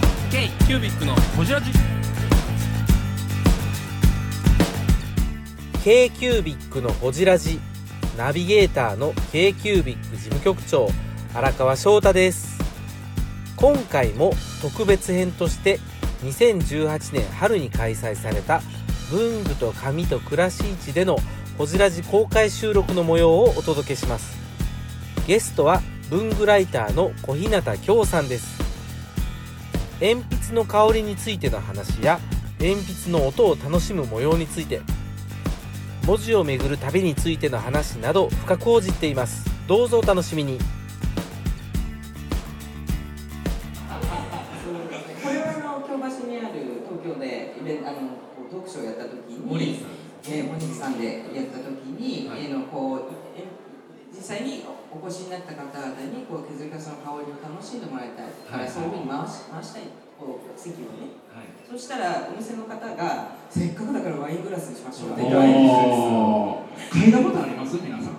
キュービックのホジラジ k q u b i c のほじラジナビゲーターの k q u b i c 事務局長荒川翔太です今回も特別編として2018年春に開催された文具と紙と暮らし市でのほじラジ公開収録の模様をお届けしますゲストは文具ライターの小日向京さんです鉛筆の香りについての話や鉛筆の音を楽しむ模様について文字をめぐる旅についての話など深く報じていますどうぞお楽しみにこれはあの京橋にある東京でイベンあのこうトークショーをやった時に森口さんえー森口さんでやった時に、はいえーのこうえ実際におお越しになった方々にこう削りかすの香りを楽しんでもらいたいから、はいそういうふうに回し回したいこう席をねそしたらお店の方がせっかくだからワイングラスにしましょうって言われるんですよおー嗅いだことあります皆さん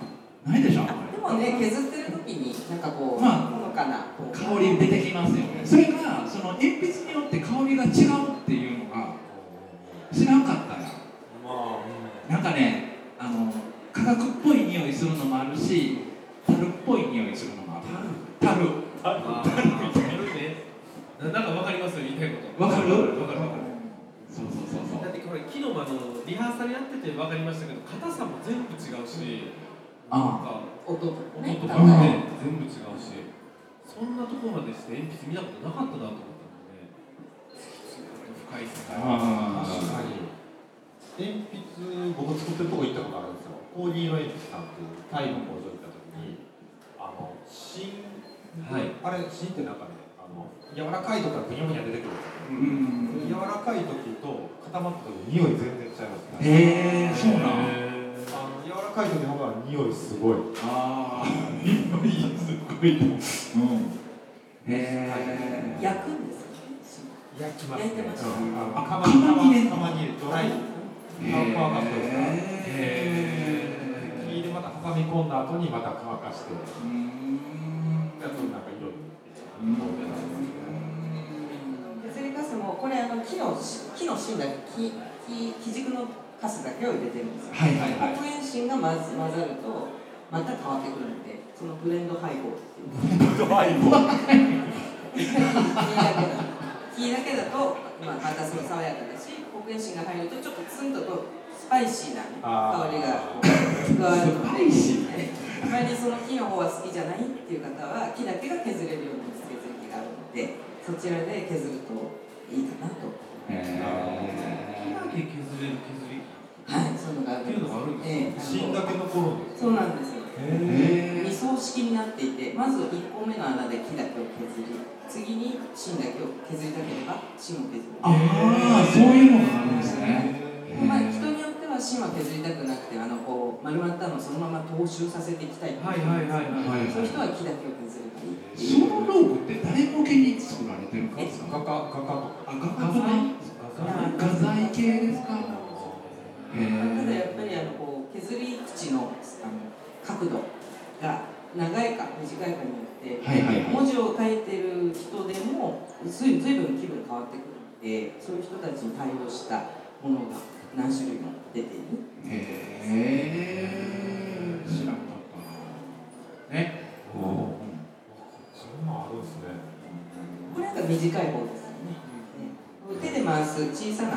ないでしょでもね削ってる時になんかこう、まあほのかなこう香り出てきますよねそれがその鉛筆によって香りが違うっていうのが知らんかったよなんかねあの化学っぽい匂いするのもあるし樽っぽい匂いするのもある樽あータルねななんかわかりますよ言いたいことわかるわかるわかるそうそうそうだってそうこれ昨日もあのリハーサルやっててわかりましたけど硬さも全部違うしなんあか音とか音ねとかも考ね全部違うしそんなとこまでして鉛筆見たことなかったなと思ったので深い世界あー確かに鉛筆僕作ってるとこ行ったことあるんですよコーディー・ワインさんっていうタイの工場行った時にあの芯、はいあれ芯ってなんかねあの柔らかいとかグニャグニャ出てくるんでうすよ、ん柔らかい時と固まった時匂い全然違いへえますねそうなんへーあの柔らかい時の方が匂いすごいああ匂いすごいうんへええ焼くんですよね焼きます焼いてましたうんあの釜に入れる釜釜に入れるドライ乾乾かすとですか火でまた挟み込んだ後にまた乾かしてやっとなんか色に削りカスもこれあの木の木の芯だけ木木木軸のカスだけを入れてるんですよはいはいはい黒鉛芯が混ざ混ざるとまた変わってくるんでそのブレンド配合っていう木だけだ木だけだと、まあ、またその爽やかだし黒鉛芯が入るとちょっとツンととスパイシーな香りがこう加わるのでないしあまりその木の方は好きじゃないっていう方は木だけが削れるように削る木があるのでそちらで削るといいかなと木だけ削れる削りはいそういうのがあっるていうのがあるんですねええ芯だけ残るんですそうなんですよへ二層式になっていてまず1本目の穴で木だけを削り次に芯だけを削りたければ芯を削るああそういうのがあるんですねまあ、人によっては芯は削りたくなくてあのこう丸まったのをそのまま踏襲させていきたいっていうはいはいはいはいはいそういう人は木だけを削ればいいその道具って誰向けに作られてるんです画か家画家とあ画か材画材系ですかへただやっえぱりあのこう削り口のあの角度が長いか短いかによってはいはいはい文字を書いてる人でもずいずいぶん気分変わってくるのでそういう人たちに対応したものが何種類も出ているへえ知らんかったなねそんなんあるんですねこれなんか短い方ですよねね手で回す小さな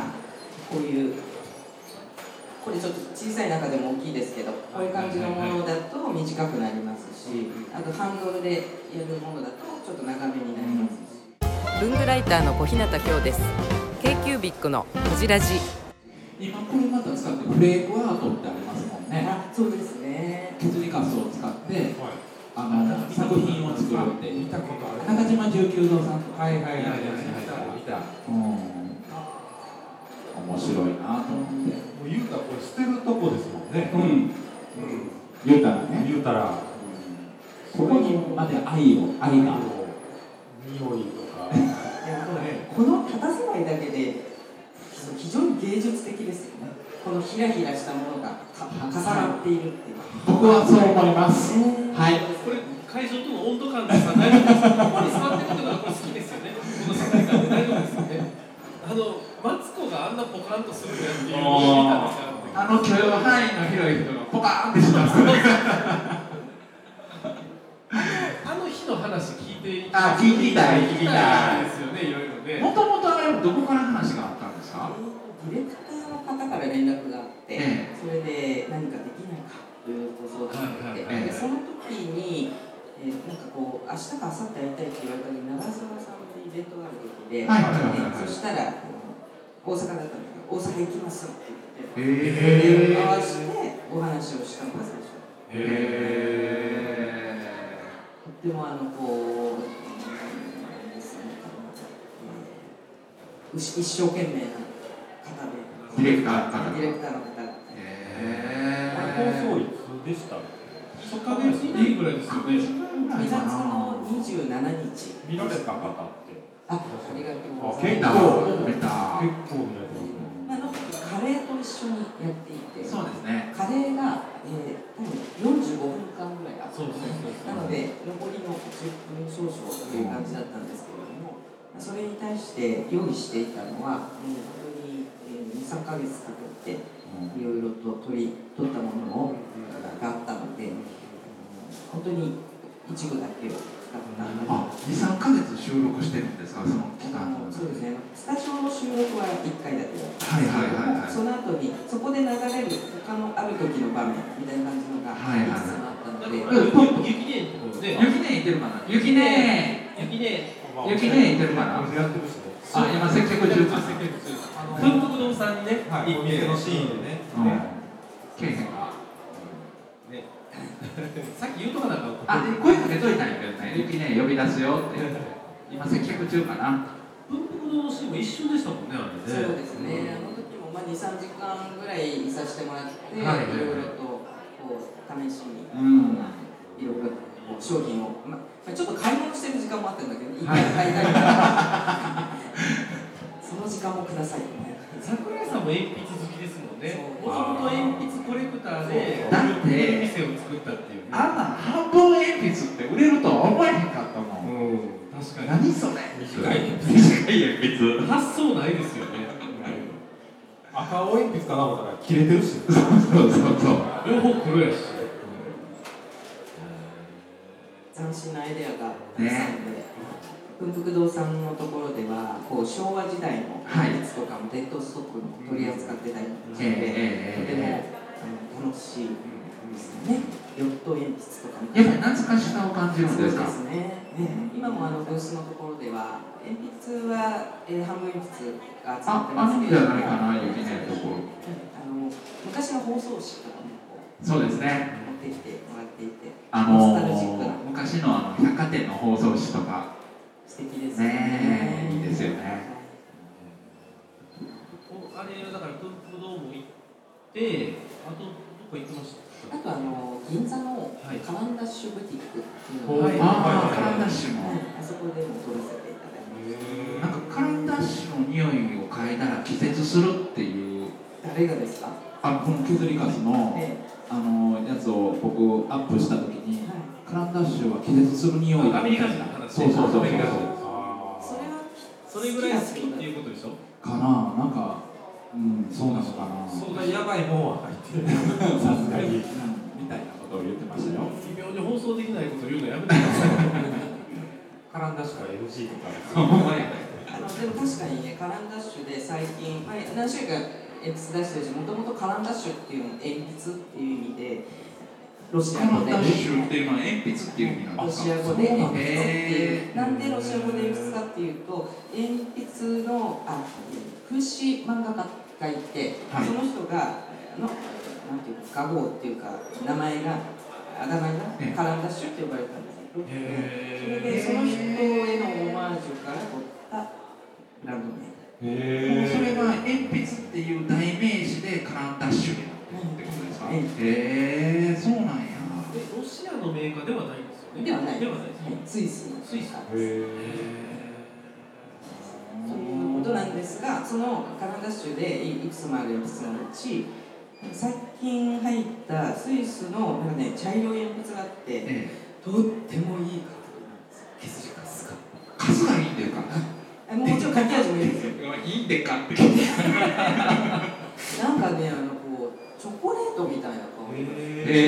こういうこれちょっと小さい中でも大きいですけどこういう感じのものだと短くなりますしあとハンドルでやるものだとちょっと長めになりますし文具ライターの小日向京です k q b i c のこじらじ今これまた使ってフレークアートってありますもんねあそうですね削りカスを使ってはいあの作品を作るっていう見たことある中島十九堂さんとかはいはいはいはい見見たたうん面白いなと思ってもう言うたらこれ捨てるとこですもんねん言うたらね言うたらここにまで愛を愛が匂いとかいやこの立たせないだけでそう非常に芸術的ですよねこのひらひらしたものがか重なっているっていう僕はそう思いますはいこれ会場との温度感でさ大丈夫ですかここに座ってることがこれ好きですよねこの世界観で大丈夫ですよねカンとするんだっていうのを見たんもですようあの許容範囲の広い人がポカーンってします ねあの日の話聞いてあ聞いていたい聞いていたいですよねいろいろねもともとあれどこから話があったんですかディレクターの方から連絡があって、えそれで何かできないかというご相談があって、はいはいはいでその時に、えーなんかこう明日か明後日やりたいって言われた時に長澤さんのイベントがある時で、はいはいはいえーそはいしたら大阪だったんだけど大阪行きますって言って。合へわせてお話をしたのが最初えへえでもあのこううんですねうん一生懸命な方でディレクターかデらィレクターの方が放へ送いつでした1ヶ月以内ぐらいですよね2月の27日見られた方ってあありがとうござい結出またす構出た結構見られてますねまああの時カレーと一緒にやっていてそうですねカレーが、えー、多分45分間ぐらいあったそうそうそうそうなので残りの10分少々という感じだったんですけれども、それに対して用意していたのは、うん本当に、え23ヶ月かけていろいろと取り取ったものをがあったので、うん本当に一部だけを使ったあ二三ヶ月収録してるんですかその期間のそうですね、スタジオの収録は1回だけだったはいはいはいはいその後にそこで流れる他のある時の場面みたいな感じのがいはいはいくつもあったので、なんかこれ雪ねえってことで雪ねいてるかな雪雪ねね雪ねいてるかなやってるしねあ今接客中かあの文国堂さんにねはいお店のシーンでねうんけえへんかさっき言うとかなんかあで声かけといたんやけどね雪ね呼び出すよって今接客中かな文国堂のシーンも一瞬でしたもんねあれねそうですね、あの時もまあ2、3時間ぐらいいさせてもらって、はいはいいはいろいろとこう試しに、うんいろいろこう商品を、ままあ、ちょっと買い物してる時間もあったんだけど、一は回い買いたいから、 その時間もくださいみたいな。桜井さんも鉛筆好きですもんねそうもともと鉛筆コレクターでだって店を作ったっていうねあんな半分鉛筆って売れるとは思えへんかったもんうん確かに何それ短い短い鉛筆発想ないですよね赤青鉛筆かな思ったら切れてるしそうそうそう両方黒やし斬新なアイデアがたくさんで、文福堂さんのところではこう昭和時代のはい技術とかも伝統ストックも取り扱ってたりして、えとえてもあの楽しいですよね緑豆鉛筆とかもやっぱり懐かしさを感じるんそうでですすねかね今もあのブースのところでは鉛筆は、えー、ハム鉛筆が集まってまああるすけんじれゃどもないかな雪ねのところあの昔の包装紙とかもこそうですねう持ってきてもらっていてあノスタルジックなの昔のあの百貨店の包装紙とか素敵ですよねえいいですよはねいおあれだから文福堂も行ってあとどこ行ってましたあとあの銀座のはいカランダッシュブティックっていうのが、ははいい、ああカランダッシュもあそこでも撮らせていただいてなんかカランダッシュの匂いを変えたら気絶するっていう誰がですか？あのこの削りカスのえあのやつを僕アップした時えにはい。カランダッシュは気絶する匂いだアメリカ人の話そうそうそうアメリカ人それはそれぐらい好きっていうことでしょかななんかうんそうなのかなそんなやばいもんは入ってるさすがにみたいなことを言ってましたよ微妙に放送できないこと言うのやめてくださいカランダッシュから NG とかほんまやあのでも確かにねカランダッシュで最近、まあ、何種類か鉛筆出してるし、もともとカランダッシュっていうの鉛筆っていう意味でロシカアラ語ンで。ダッシュっていうのは鉛筆っていう意味なんロですかシア語で鉛筆ってへいうなんでロシア語で鉛筆かっていうと鉛筆のあ風刺漫画家がいて、はいその人があのなんていうか画号っていうか名前があ名前ええがカランダッシュって呼ばれたんですよそれへでその人へのオマージュから取ったブランド名もうそれへえは鉛筆っていう代名詞でカランダッシュになってるってことですか、うんへえそうなんやえロシアのメーカーではないんですよねではなでいでははないですはいスイスのスイスというへことなんですがそのカランダッシュでいいくつもある鉛筆のうち最近入ったスイスのなんかね茶色い鉛筆があってえとってもいい角度なんですよ削りカスがえ数がいいっていうか あもうもちろん書き味もいいですよいいでかって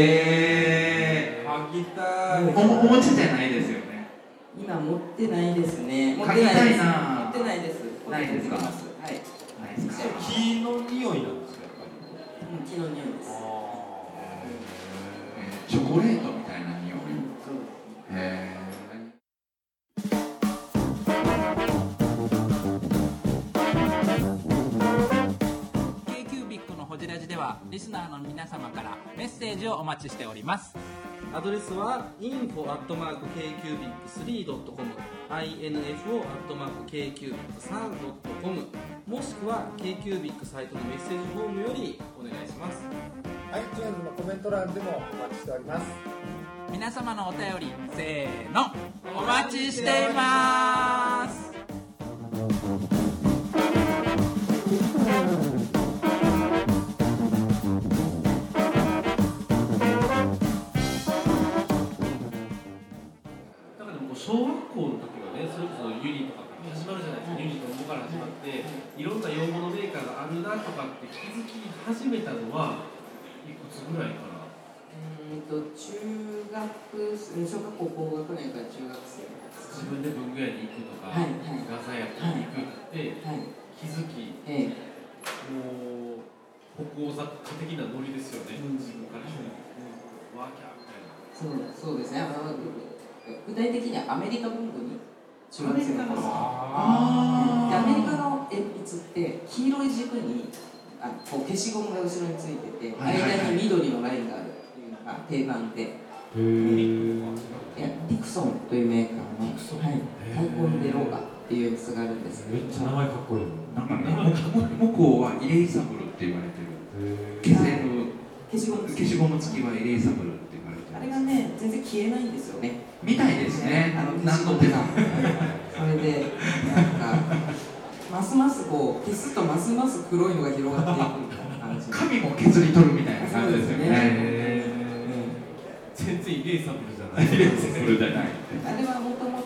え書きたいー、おお持ちじゃないですよね今持ってないですね。持書っきてないたでいす。持なってないです。ないですか持ってますはい。ないですか木の匂いなんですかやっぱりもう木の匂いです。えーチョコレートみたいな匂いそうです。へーアドレスは info.kcubic3.com info.kcubic3.com もしくは KQBIC サイトのメッセージフォームよりお願いしますはい、チューンのコメント欄でもお待ちしております。皆様のお便りせーのお待ちしていますだからもう小学校の時はねそれこそユニとかって始まるじゃないですか、ユニとモから始まって、いろんな用語のメーカーがあるなとかって気づき始めたのはいくつぐらいからえーと中学生小学校高学年から中学生自分で文具屋に行くとか、はいはい画材屋に行くってはい、気づきええもう歩行雑貨的なノリですよね、自分からしても、ワーキャーみたいなそうそうですねあの具体的にはアメリカ文具に中学生の頃あでアーメリカの鉛筆って黄色い軸にあこう消しゴムが後ろについててはいはいはい間に緑のラインがあるっていうのが定番でいやディクソンというメーカーの「はい、タイコンデローガ」っていうやつがあるんですけどめっちゃ名前かっこいいなんかね、向こうはイレイサブルって言われてる。消せる、消しゴム消しゴム付きはイレイサブルって言われてる。あれがね全然消えないんですよねみたいですね。あの何度消でしもゴ。ムがそれでなんかますますこう消すとますます黒いのが広がっていくみたいな感じ髪も削り取るみたいな感じですよそうですね。 全然イレーサブルじゃない イレイサブルじゃない。あれはもともと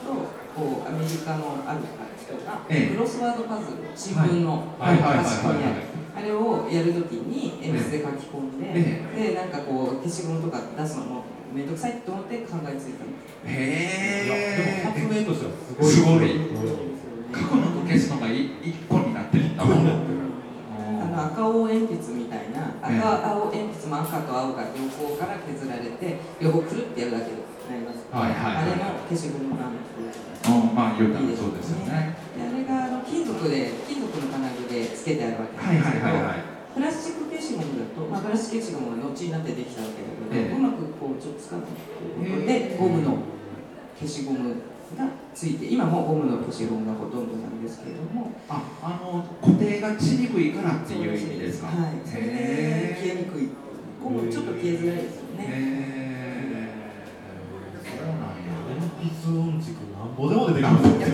こうアメリカのある人がええクロスワードパズル新聞のはいはいはいはい端っこにあるあれをやるときに鉛筆で書き込んで、でえなんかこう消しゴムとか出すのも面倒くさいと思って考えついたんですいやでへも発明としてはすー。ごいすごい。よね書くのと消すのがい一個になってるんだもん。あの赤青鉛筆みたいな赤、ええ青鉛筆も赤と青が両方から削られて両方くるってやるだけでなります、はいはいあはいれの消しゴムなんですうん、まあ言うたらそうですよね。であれがあの金属で金属の金具でつけてあるわけはいはいはいはい。プラスチック消しゴムだと、まあ、プラスチック消しゴムが後になってできたわけだけど、ええうまくこうちょっとつかないっていうことでゴムの消しゴムがついて今もゴムの消しゴムがほとんどなんですけれどもあ、あの固定がしにくいからっていう意味ですか。はいそれで消えにくいゴムちょっと消えづらいですよね、へーそうなんや鉛筆音軸なんぼでも出てき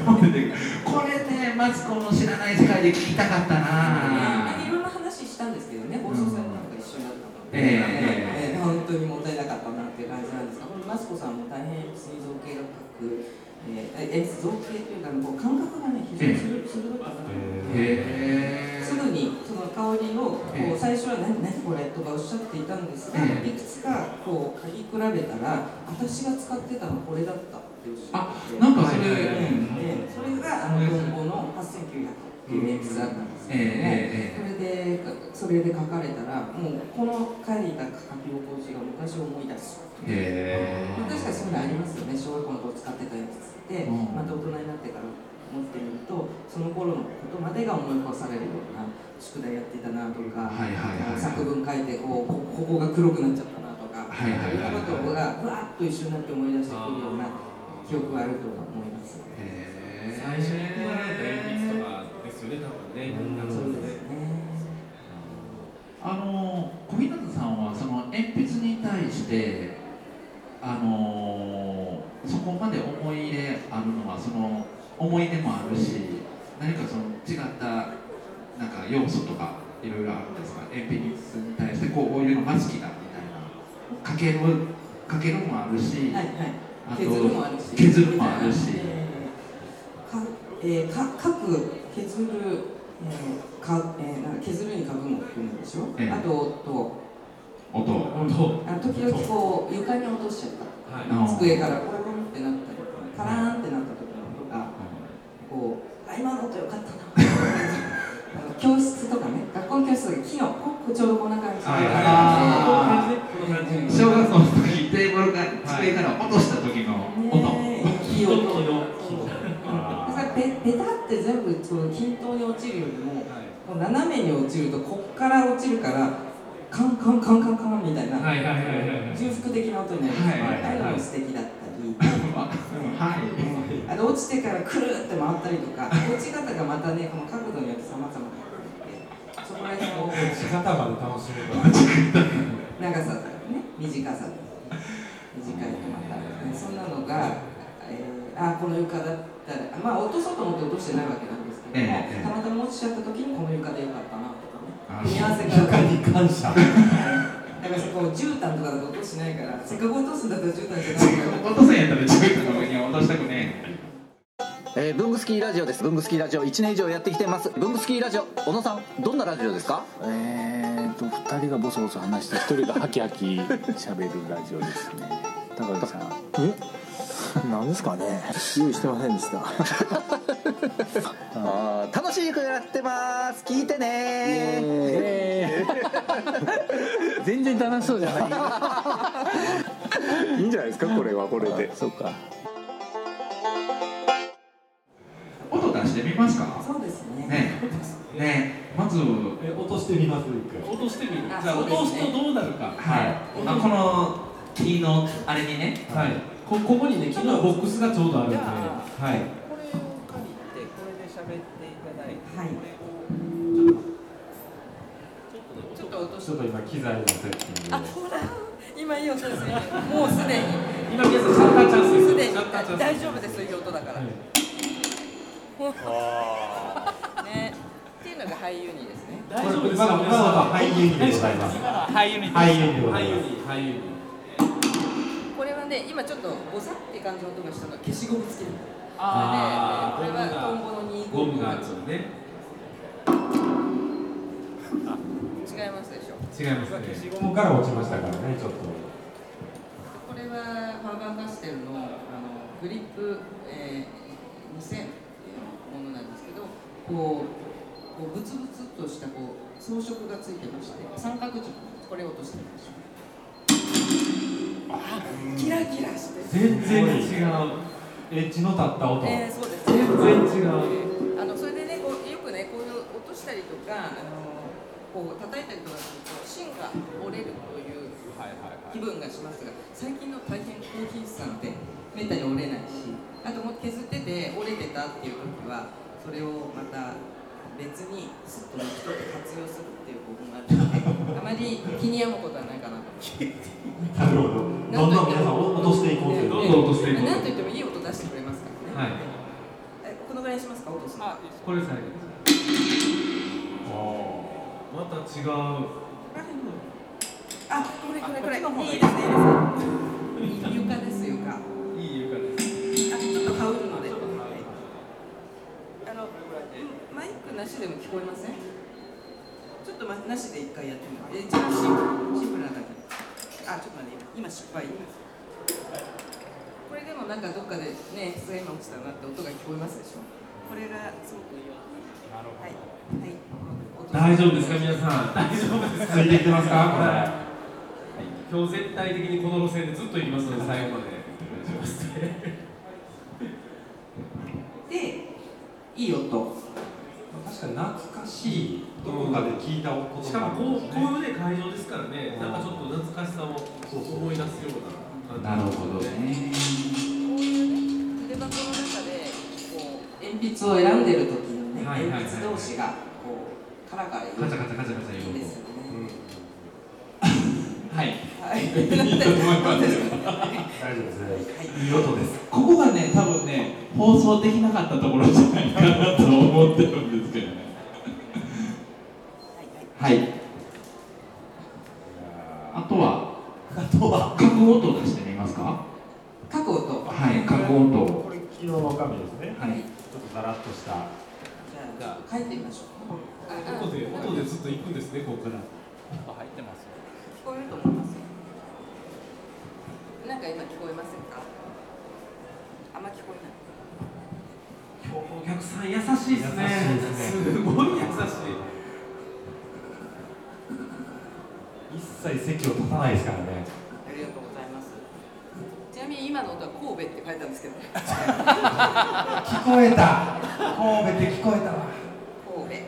ますよこれね、マツコの知らない世界で聞きたかったなねいろんな話したんですけどね、放送されたのが一緒だったので、ええね本当にもったいなかったなっていう感じなんですが、このマスコさんも大変水造形が描く、えー、え造形というか、こう感覚がね、非常に鋭鋭かったので、へすぐにその香りをえこう、最初は何、何これとかおっしゃっていたんですが、ええいくつかこう嗅ぎ比べたら、私が使ってたのこれだったっておっしゃってて。なんかそれ、えええそれがあの文庫の8900っていう鉛筆だったんですけども、えそれでそれで書かれたらもうこの書いた書き心地が昔を思い出すええ昔からそういうのありますよね小学校の頃使ってたやつってうんまた大人になってから持ってみるとその頃のことまでが思い起こされるような宿題やってたなとか、はいはいはい作文書いてこうこここが黒くなっちゃったなとか、はいはいはいはいそういうことがわーっと一緒になって思い出してくるような記憶があると思います。へ最初に言われた鉛筆とかですよね多分ね、なんかそうねですねあの小日向さんはその鉛筆に対してあのそこまで思い入れあるのはその思い出もあるし何かその違ったなんか要素とかいろいろあるんですか鉛筆に対してこうこういうのが好きだみたいなかけるかけるもあるはし、いはいあと削るもあるし削るもあるしえーかえーか書く削る、えーかえーなんか削るに書くも含むでしょ、ええあとと音を本当あの時々こう床に落としちゃったはいあー机からコロコロってなったりとかカラーンってなった時の音がこう「あ今の音良かったな」 あの教室とかね学校の教室が木のこうちょうどこんな感じで、はいはいあーあこの感じねこの感じ小学校の時テーブルが机から落とした時の音ねえいいちょっ音とのだからベベタって全部その均等に落ちるよりもこう斜めに落ちるとこっから落ちるからカンカンカンカンカンみたいな、はいはいはいはいはい重複的な音になるはいはいああいうのも素敵だったり。 はいあの落ちてからくるって回ったりとか、落ち方がまたね、この角度によって様々なので、そこら辺の仕方まで楽しめ長さとかね、短さとか、短いとまた、ね、そんなのが、えーあこの床だったら、まあ落とそうと思って落としてないわけなんですけども、えええたえまたま落ちちゃった時にこの床でよかったなとかあね、組み合わせがばに感謝だからそこ絨毯とかだと落としないから、せっかく落とすんだったら絨毯じゃないから。落とせんやったら自分の上には落としたくねええー、ブングスキーラジオですブングスキーラジオ1年以上やってきてますブングスキーラジオ小野さんどんなラジオですかえーと2人がボソボソ話して1人がハキハキ喋るラジオですね高木さんえなんですかね用意してませんで したあー楽しい曲やってます聞いてね 全然楽しそうじゃ ないいいんじゃないですかこれはこれでそうか音出してみますかそうですね。ねねまずえ落としてみます一回落としてみるあじゃあそう落ですねとすとどうなるかはいあこの木のあれにねはいこここにね昨日ボックスがちょうどあるんでじゃあはいこれを借りてこれで喋っていただいてはいちょっと落としちょっと今機材のセッティングをあほら今いい音ですねもうすでに今皆さんシャッターチャンスですすでにシャッターチャンス大丈夫ですそういう音だから、 ねっていうのが俳優にですね大丈夫ですまだかまだ皆まさんだ俳優にでございますから俳優に俳優にござ俳い優ますに俳優にこれはね今ちょっとボサって感じの音がしたの消しゴムつけるあこれーはトンボの2ゴ五ムがあるんでね違いますでしょ違いますね消しゴムから落ちましたからねちょっとこれはファーバーカステルのあのグリップ、えー、2000っていうものなんですけどこうこうブツブツっとしたこう装飾がついてまして三角軸これを落としてみましょうあキラキラしてる全然違うエッジの立った音えー、そうです全然違うあうのそれでねこうよくねこういう落としたりとかあのこう叩いたりとかすると芯が折れるという気分がしますが最近の大変コーヒー師さんってめったに折れないしあともう削ってて折れてたっていう時はそれをまた別にスッと抜き取って活用するっていう方法があるのであまり気に病むことはないかなとなるほどどんどん皆さんを落としていこうというどんどん落としていこなうんといってもいい音出してくれますからね、はいえこのぐらいにしますか落とすのこれ最後ですまた違うあ、これこれこれ。いいですね、いいですね。床です床。あ、いい床ですちょっと羽織るので。あの、マイクなしでも聞こえません。ちょっとまなしで一回やってみます。え、一番シンプルシンプルなだけ。あ、ちょっと待って、今失敗。これでもなんかどっかでね、出演落ちたなって音が聞こえますでしょ。これがすごくいい。なるほど。はい。はい。大丈夫ですか皆さん大丈夫ですついてきてますかこれ今日絶対的にこの路線でずっと行きますので最後までお願いしますで、いい音。確かに懐かしいどこかで聞いた音しかもこうこういうね会場ですからねなんかちょっと懐かしさをそうそう思い出すようなな感るじほどこうねいうね、筆箱の中で、こう。鉛筆を選んでる時のね、はいはいはいはい鉛筆同士がこうカラカラカ言うチャカチャカチャカチャいい言でうすよね。はいはい。大丈夫ですねいい音ですここがね多分ね放送できなかったところじゃないかなと思ってるんですけどねはいあとはあとは角音出してみますか書く音。はい角音をこれ昨日の神ですねはいちょっとザラッとしじたゃあ書いてみましょう。音で音でずっと行くんですねここから入ってます聞こえると思う。お客さん優しいですねすごい優しい一切席を立たないですからねありがとうございます。ちなみに今の音は神戸って書いたんですけど。聞こえた神戸って聞こえたわ神戸。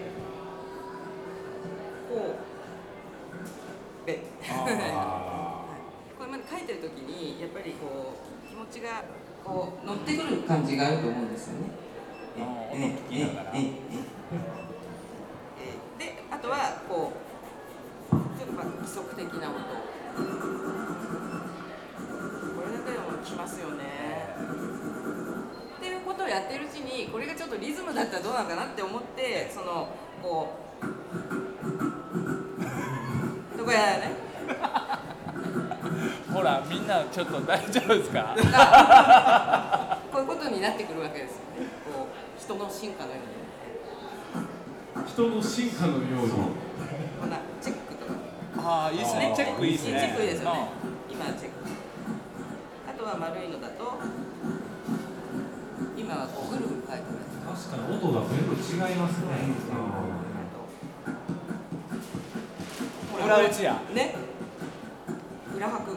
神戸。これまで書いてる時にやっぱりこう気持ちがこう乗ってくる感じがあると思うんですよね。ええええでえあとはこうちょっとまあ規則的な音これだけでもきますよねっていうことをやってるうちにこれがちょっとリズムだったらどうなのかなって思ってそのこうとかやねほらみんなちょっと大丈夫ですかこういうことになってくるわけですよねこう人の進化のように人の進化のようにほらチェックとかああいいっすねチェックいいっすねチェックいいですよね今はチェックあとは丸いのだと今はこうぐるぐる書いてます確かに音が全部違いますね、裏打ちやね裏拍い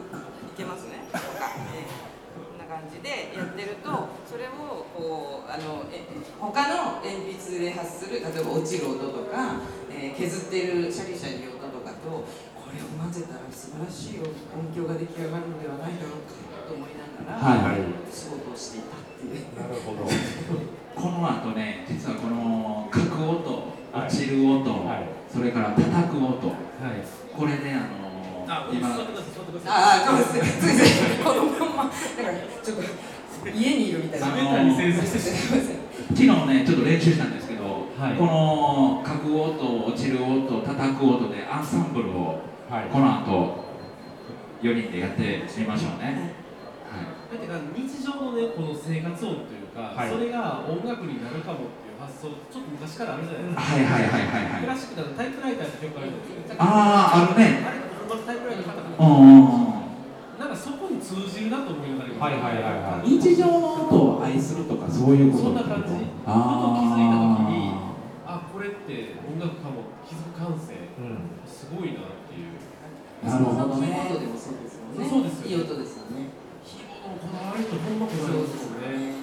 けますねとか、えーこんな感じでやってるとそれをこうあのえ他の鉛筆で発する例えば落ちる音とか、えー削ってるシャリシャリ音とかとこれを混ぜたら素晴らしい音響が出来上がるのではないだろうかと思いながら、はいはい仕事をしていたっていう。なるほどこの後ね実はこの書く音落ちる音、それから叩く音、これねあの今ああ、ごめんなさい、すいません、このまんま、なんか、ちょっと、家にいるみたいな。あの昨日ねちょっと練習したんですけど、この書く音落ちる音叩く音でアンサンブルをこの後4人でやってみましょうね、だって日常のねこの生活音というか、はいそれが音楽になるかもっていう発想ちょっと昔からあるじゃないですかはいはいはいはいはいクラシックだとタイプライターって曲あるじゃないですかあーあるねあれほんまのタイプライターの方うんうんうんなんかそこに通じるなと思いながらはいはいはいはい日常の音を愛するとかそういうことそんな感じあーあこれって音楽かも気づく感性、すごいなっていうなるほどねキーボードでもそうですよね。そうですよいい音ですよね。キーボードのこだわりってほんまこだわりですね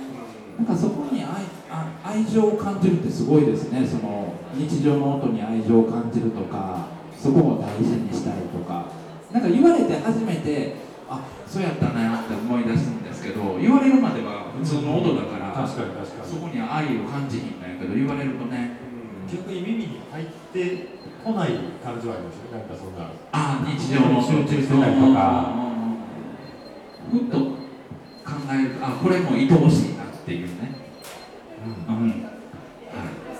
なんかそこに愛あ愛情を感じるってすごいですねその日常の音に愛情を感じるとかそこを大事にしたいとかなんか言われて初めてあそうやったなって思い出すんですけど言われるまでは普通の音だから、確かに確かにそこに愛を感じひんのやけど言われるとね、逆に耳に入ってこない感じはありますよねなんかそんなあー日常の集中してたりとかふっと考えるとあこれも愛おしいなっていうね、うん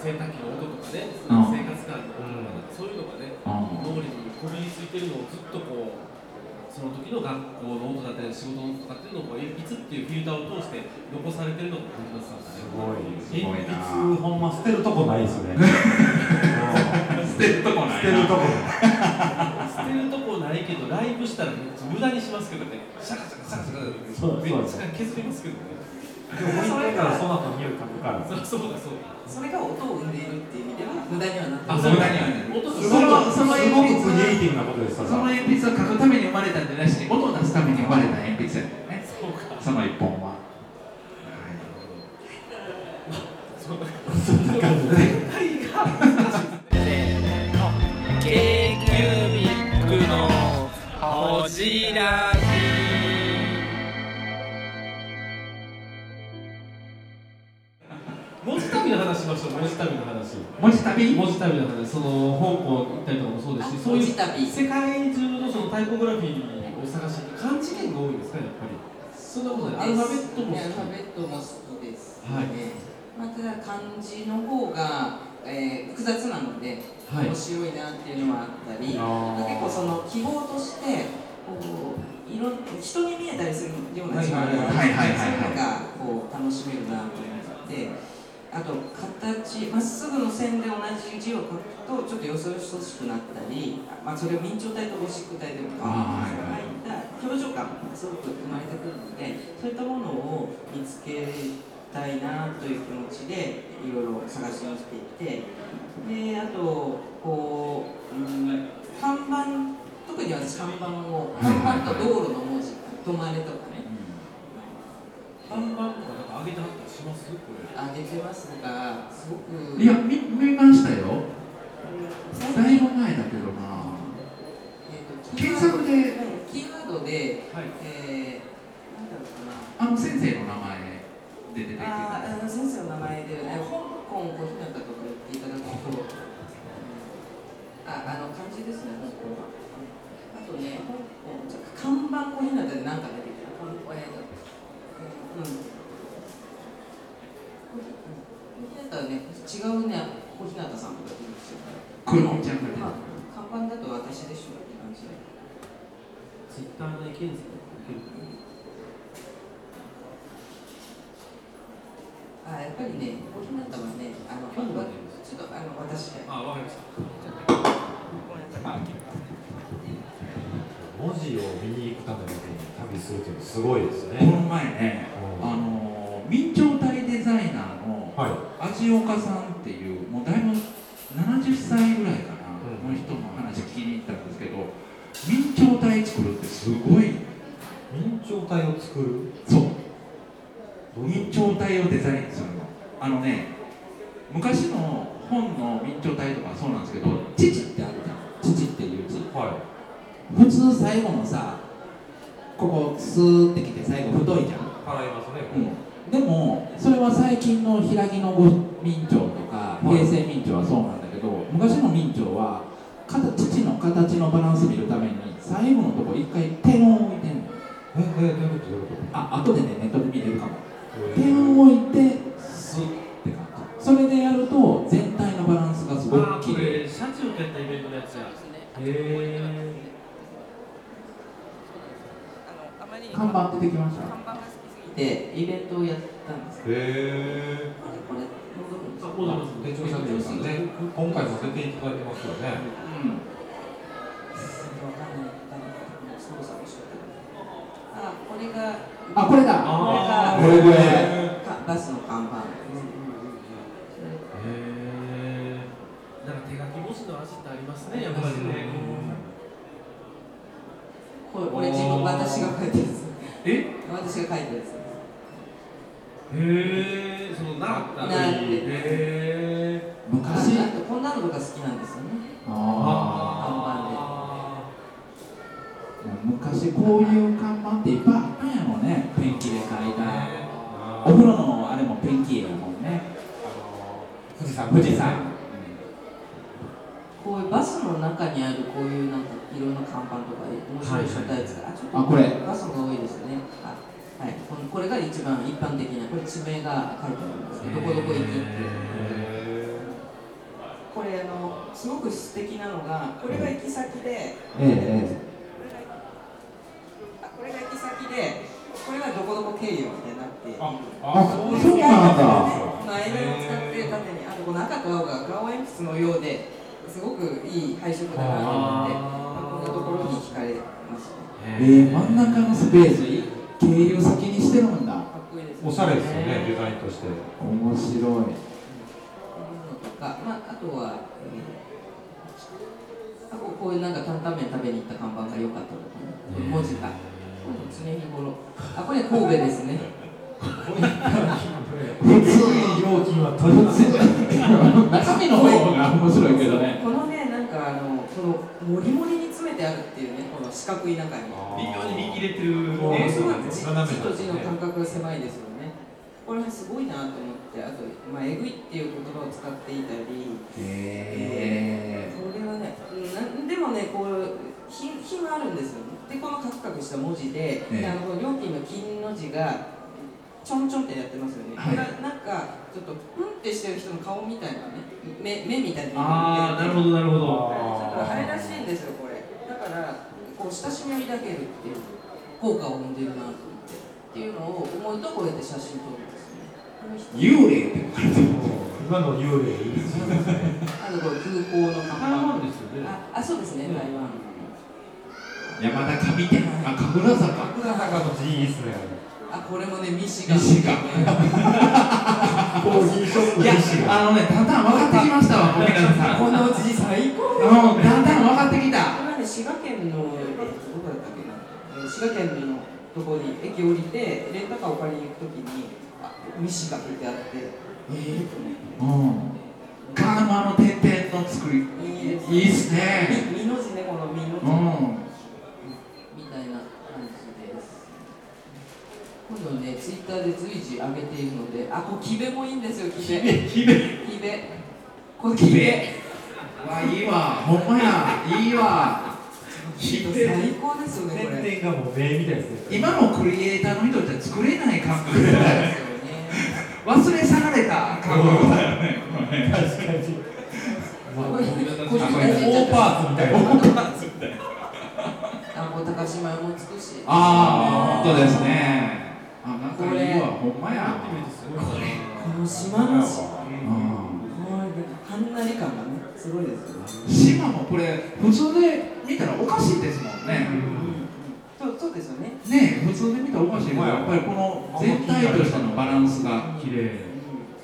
洗濯機の音とかね、そうんの生活感の音とか、そういうのがね、う脳裏にこびりついてるのをずっとこう、その時の学校の音だったり、仕事の音とかっていうのをこう、鉛筆っていうフィルターを通して残されてるのが感じますからね。す鉛筆ほんま捨てるとこないです ね捨てるとこない捨てるとこ捨てるとこないけど、ライブしたらめっちゃ無駄にしますけどね、シャカシャカシャカシャカ、そうめだっそうだちゃ削りますけどね。でももう一回からその後匂い嗅ぐからそうそうだそうだ。それが音を生んでいるっていう意味では無駄にはなってあない無駄にはね音がそれはその鉛筆すごくクリエイティブなことですその鉛筆は書くために生まれたんじゃないし音を出すために生まれた鉛筆やったよねそうかその一本は k q b i c のほじら文字旅の話しましょう、文字旅の話。文字旅文字旅の話、その香港行ったりとかもそうですし、そういう世界中のそのタイポグラフィーを探して、漢字圏が多いんですか、やっぱり。そんなことない。アルファベットも好き。アルファベットも好きです。はい。まあ、ただ漢字の方が、えー複雑なので、はい面白いなっていうのはあったり、あー結構その希望としてこういろん人に見えたりするような字もあるので、はいはいはいはいそういうのがこう楽しめるなと思って。あと形まっすぐの線で同じ字を書くとちょっとよそよそしくなったり、まあ、それを明朝体とゴシック体でも変わるんですが表情感がすごく生まれてくるのでそういったものを見つけたいなという気持ちでいろいろ探しにしていってであとこう、うん、看板特に私看板を看板と道路の文字「止まれ」とかね、看板とかなんか上げてはったりしますこれ上げてますがすごくいや見見ましたよ最近だいぶ前だけどな検索でキーワードで、えーなんだろうなあの先生の名前で出てきてあーあの先生の名前で、ね、香港小日向とか言っていただくと、ああの漢字ですね、香港は。あとね、香港、じゃあ看板小日向で何か出てきた、看板えーとうん。小日向はね、違うね、小日向さんとかいるんですよ。クロンちゃんが出てきたまあ看板だと私でしょって感じで。ツイッターで検索できるかあやっぱりね、小日向はね、あの、ちょっとあの私で。あ、わかりました。文字を見に行くためだけに旅するっていうのすごいですねこの前ね、あの明朝体デザイナーの味岡さんっていうもうだいぶ70歳ぐらいかな、の人の話聞きに行ったんですけど明朝体作るってすごい明朝体を作るそう明朝体をデザインするのあのね昔の本の明朝体とかそうなんですけど「父」ってあるじゃん「父」っていう字、普通最後のさここスーってきて最後太いじゃん払いますねでもそれは最近の開きのご明朝とか平成明朝はそうなんだけど昔の明朝は形父の形のバランス見るために最後のとこ一回点を置いてんのええどういうことどういうこあ後でねネットで見れるかも点を置いてスッて感じそれでやると全体のバランスがすごあー、く綺こ麗れ、シャチをやったイベントのやつや。へえ。あまり看板出てきました看板が好きすぎてで、イベントをやったんですへえこれ、戻るんですか店長さんですね今回させていただいてますよねあ、これが。あこれだここれれが。これかバスの看板。へえ。なんか手書き文字の味ってありますね、やっぱりね。これ、これ自分、私が書いたやつ。え私が書いたやつ。へえ、その習った習ってへえ。昔あとこんなのとか好きなんですよね。あ昔こういう看板っていっぱいあったんやろねペンキで描いたお風呂のあれもペンキやもんね富士山富士山こういうバスの中にあるこういうなんかいろんな看板とか面白い書体使い、あちょっとあこれバスが多いですねあはいこのこれが一番一般的なこれ地名が書いてあるんですけどどこどこ行きっていうこれあのすごく素敵なのがこれが行き先でえあこれが行き先でこれがどこどこ経由みたいになっているあそうなんだこの間を使って縦にあとこの赤と青が顔鉛筆のようですごくいい配色だなと思ってこんなところに惹かれましたえー、真ん中のスペースに経由先にしてるんだおしゃれですよねデザインとして面白いあまあ、あとは、えーあこうこういうなんか担々麺食べに行った看板が良かったとか、ね、文字が、こういうの常日頃、あこれ神戸ですね。普通に料金は取りません中身の方が面白いけどねこのね、なんかあの、このもりもりに詰めてあるっていうね、この四角い中に。微妙に見切れてるねものすごいじ、斜めなんですね字と字の間隔が狭いですよね。これすごいなと思って、あと、まあ、えぐいっていう言葉を使っていたり。へこれはね、うん、なんでもね、こう品品はあるんですよね。で、このカクカクした文字で、ええあの料金の金の字がちょんちょんってやってますよね。はいななんかちょっとうんってしてる人の顔みたいなね、目目みたいな。あー、なるほど、なるほど。だからあれらしいんですよこれ。だからこう親しみを抱けるっていう効果を生んでるなと思ってっていうのを思うとこうやって写真撮るんですね。幽霊って書かれてる今の幽霊いいですねあとこれ空港の看板。台湾ですよねああそうですね台湾。山田上店あ神楽坂桜坂の G いいですねあこれもねミシガン。ミシガンいやあのねだんだん分かってきました わ小日向さんこのうち最高ですうんだんだん分かってきた今ね滋賀県のどこだったっけなえー滋賀県のとこに駅降りてレンタカーを借りに行くときにあミシが吹いてあってええと思ってうんカーマの点々の作りいいですいいっすねみみの字ねこのみの字、うんみたいな感じです今度ねツイッターで随時上げているのであこれキベもいいんですよキベキベキベこれキベわいいわほんまやいいわ最高ですよねこれがもう名みたいですね今のクリエイターの人じゃ作れない感覚忘れ去られた感覚だよねこれ確かにこれこれ大パーツみたいなあもう高島屋も美しいああ本当ですねあなんかいいわほんまやこれこの島の島はんなり感がねすごいですよね島もこれ普通で見たらおかしいですもんね、そうそうですよねねえ普通で見たらおかしいけどやっぱりこの全体としてのバランスが綺麗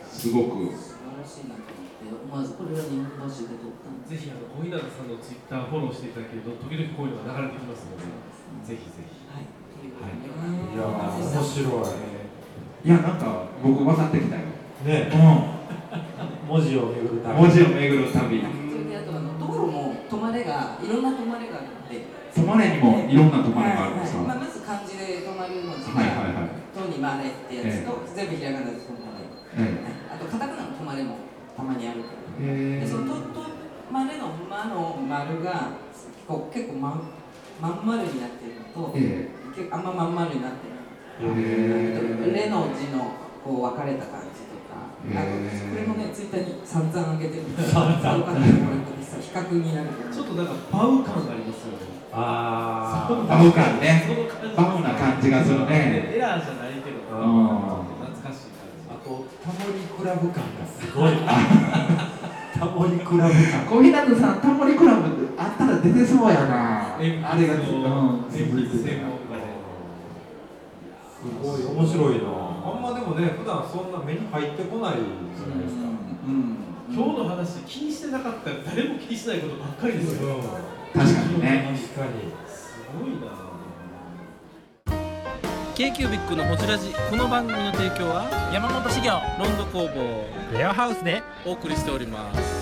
すごく素晴らしいなと思って思わずこれは日本橋で撮ったんですぜひあの小日向さんのツイッターフォローしていただけると時々こういうのが流れてきますので、ぜひぜひ。いやー面白いいやなんか僕分かってきたよねうん文字をめぐる旅文字を巡る旅それであとあの道路も泊まれがいろんな泊まれがあって泊まれにもいろんな泊まれがあるんはでいすか、まあ、まず漢字で泊まるの字はいはいはいとにまれってやつと、全部ひらがなで泊まれ、えあとカタカナの泊まれもたまにあるえでへえそのととまれのまの丸が結構結構まんまん丸になってるのと、え結構あんままん丸になってないへレの字のこう分かれた感じとか、へーあとこれもねツイッターに散々上げてるから、散々よかったらご覧ください比較になるからちょっとなんかパウ感がありますよね。あそうバウ感ねその感じバウな感じがするねエラーじゃないけど、うん懐かしい感じ。あとタモリクラブ感がすごいタモリクラブか小日向さんタモリクラブあったら出てそうやなあれがうんすごい面白いなあんまでもね普段そんな目に入ってこないじゃないですか今日の話気にしてなかったら誰も気にしないことばっかりですよ。確かにね確かにすごいな。 K-Cubic のホジラジこの番組の提供は山本資源ロンド工房レアハウスでお送りしております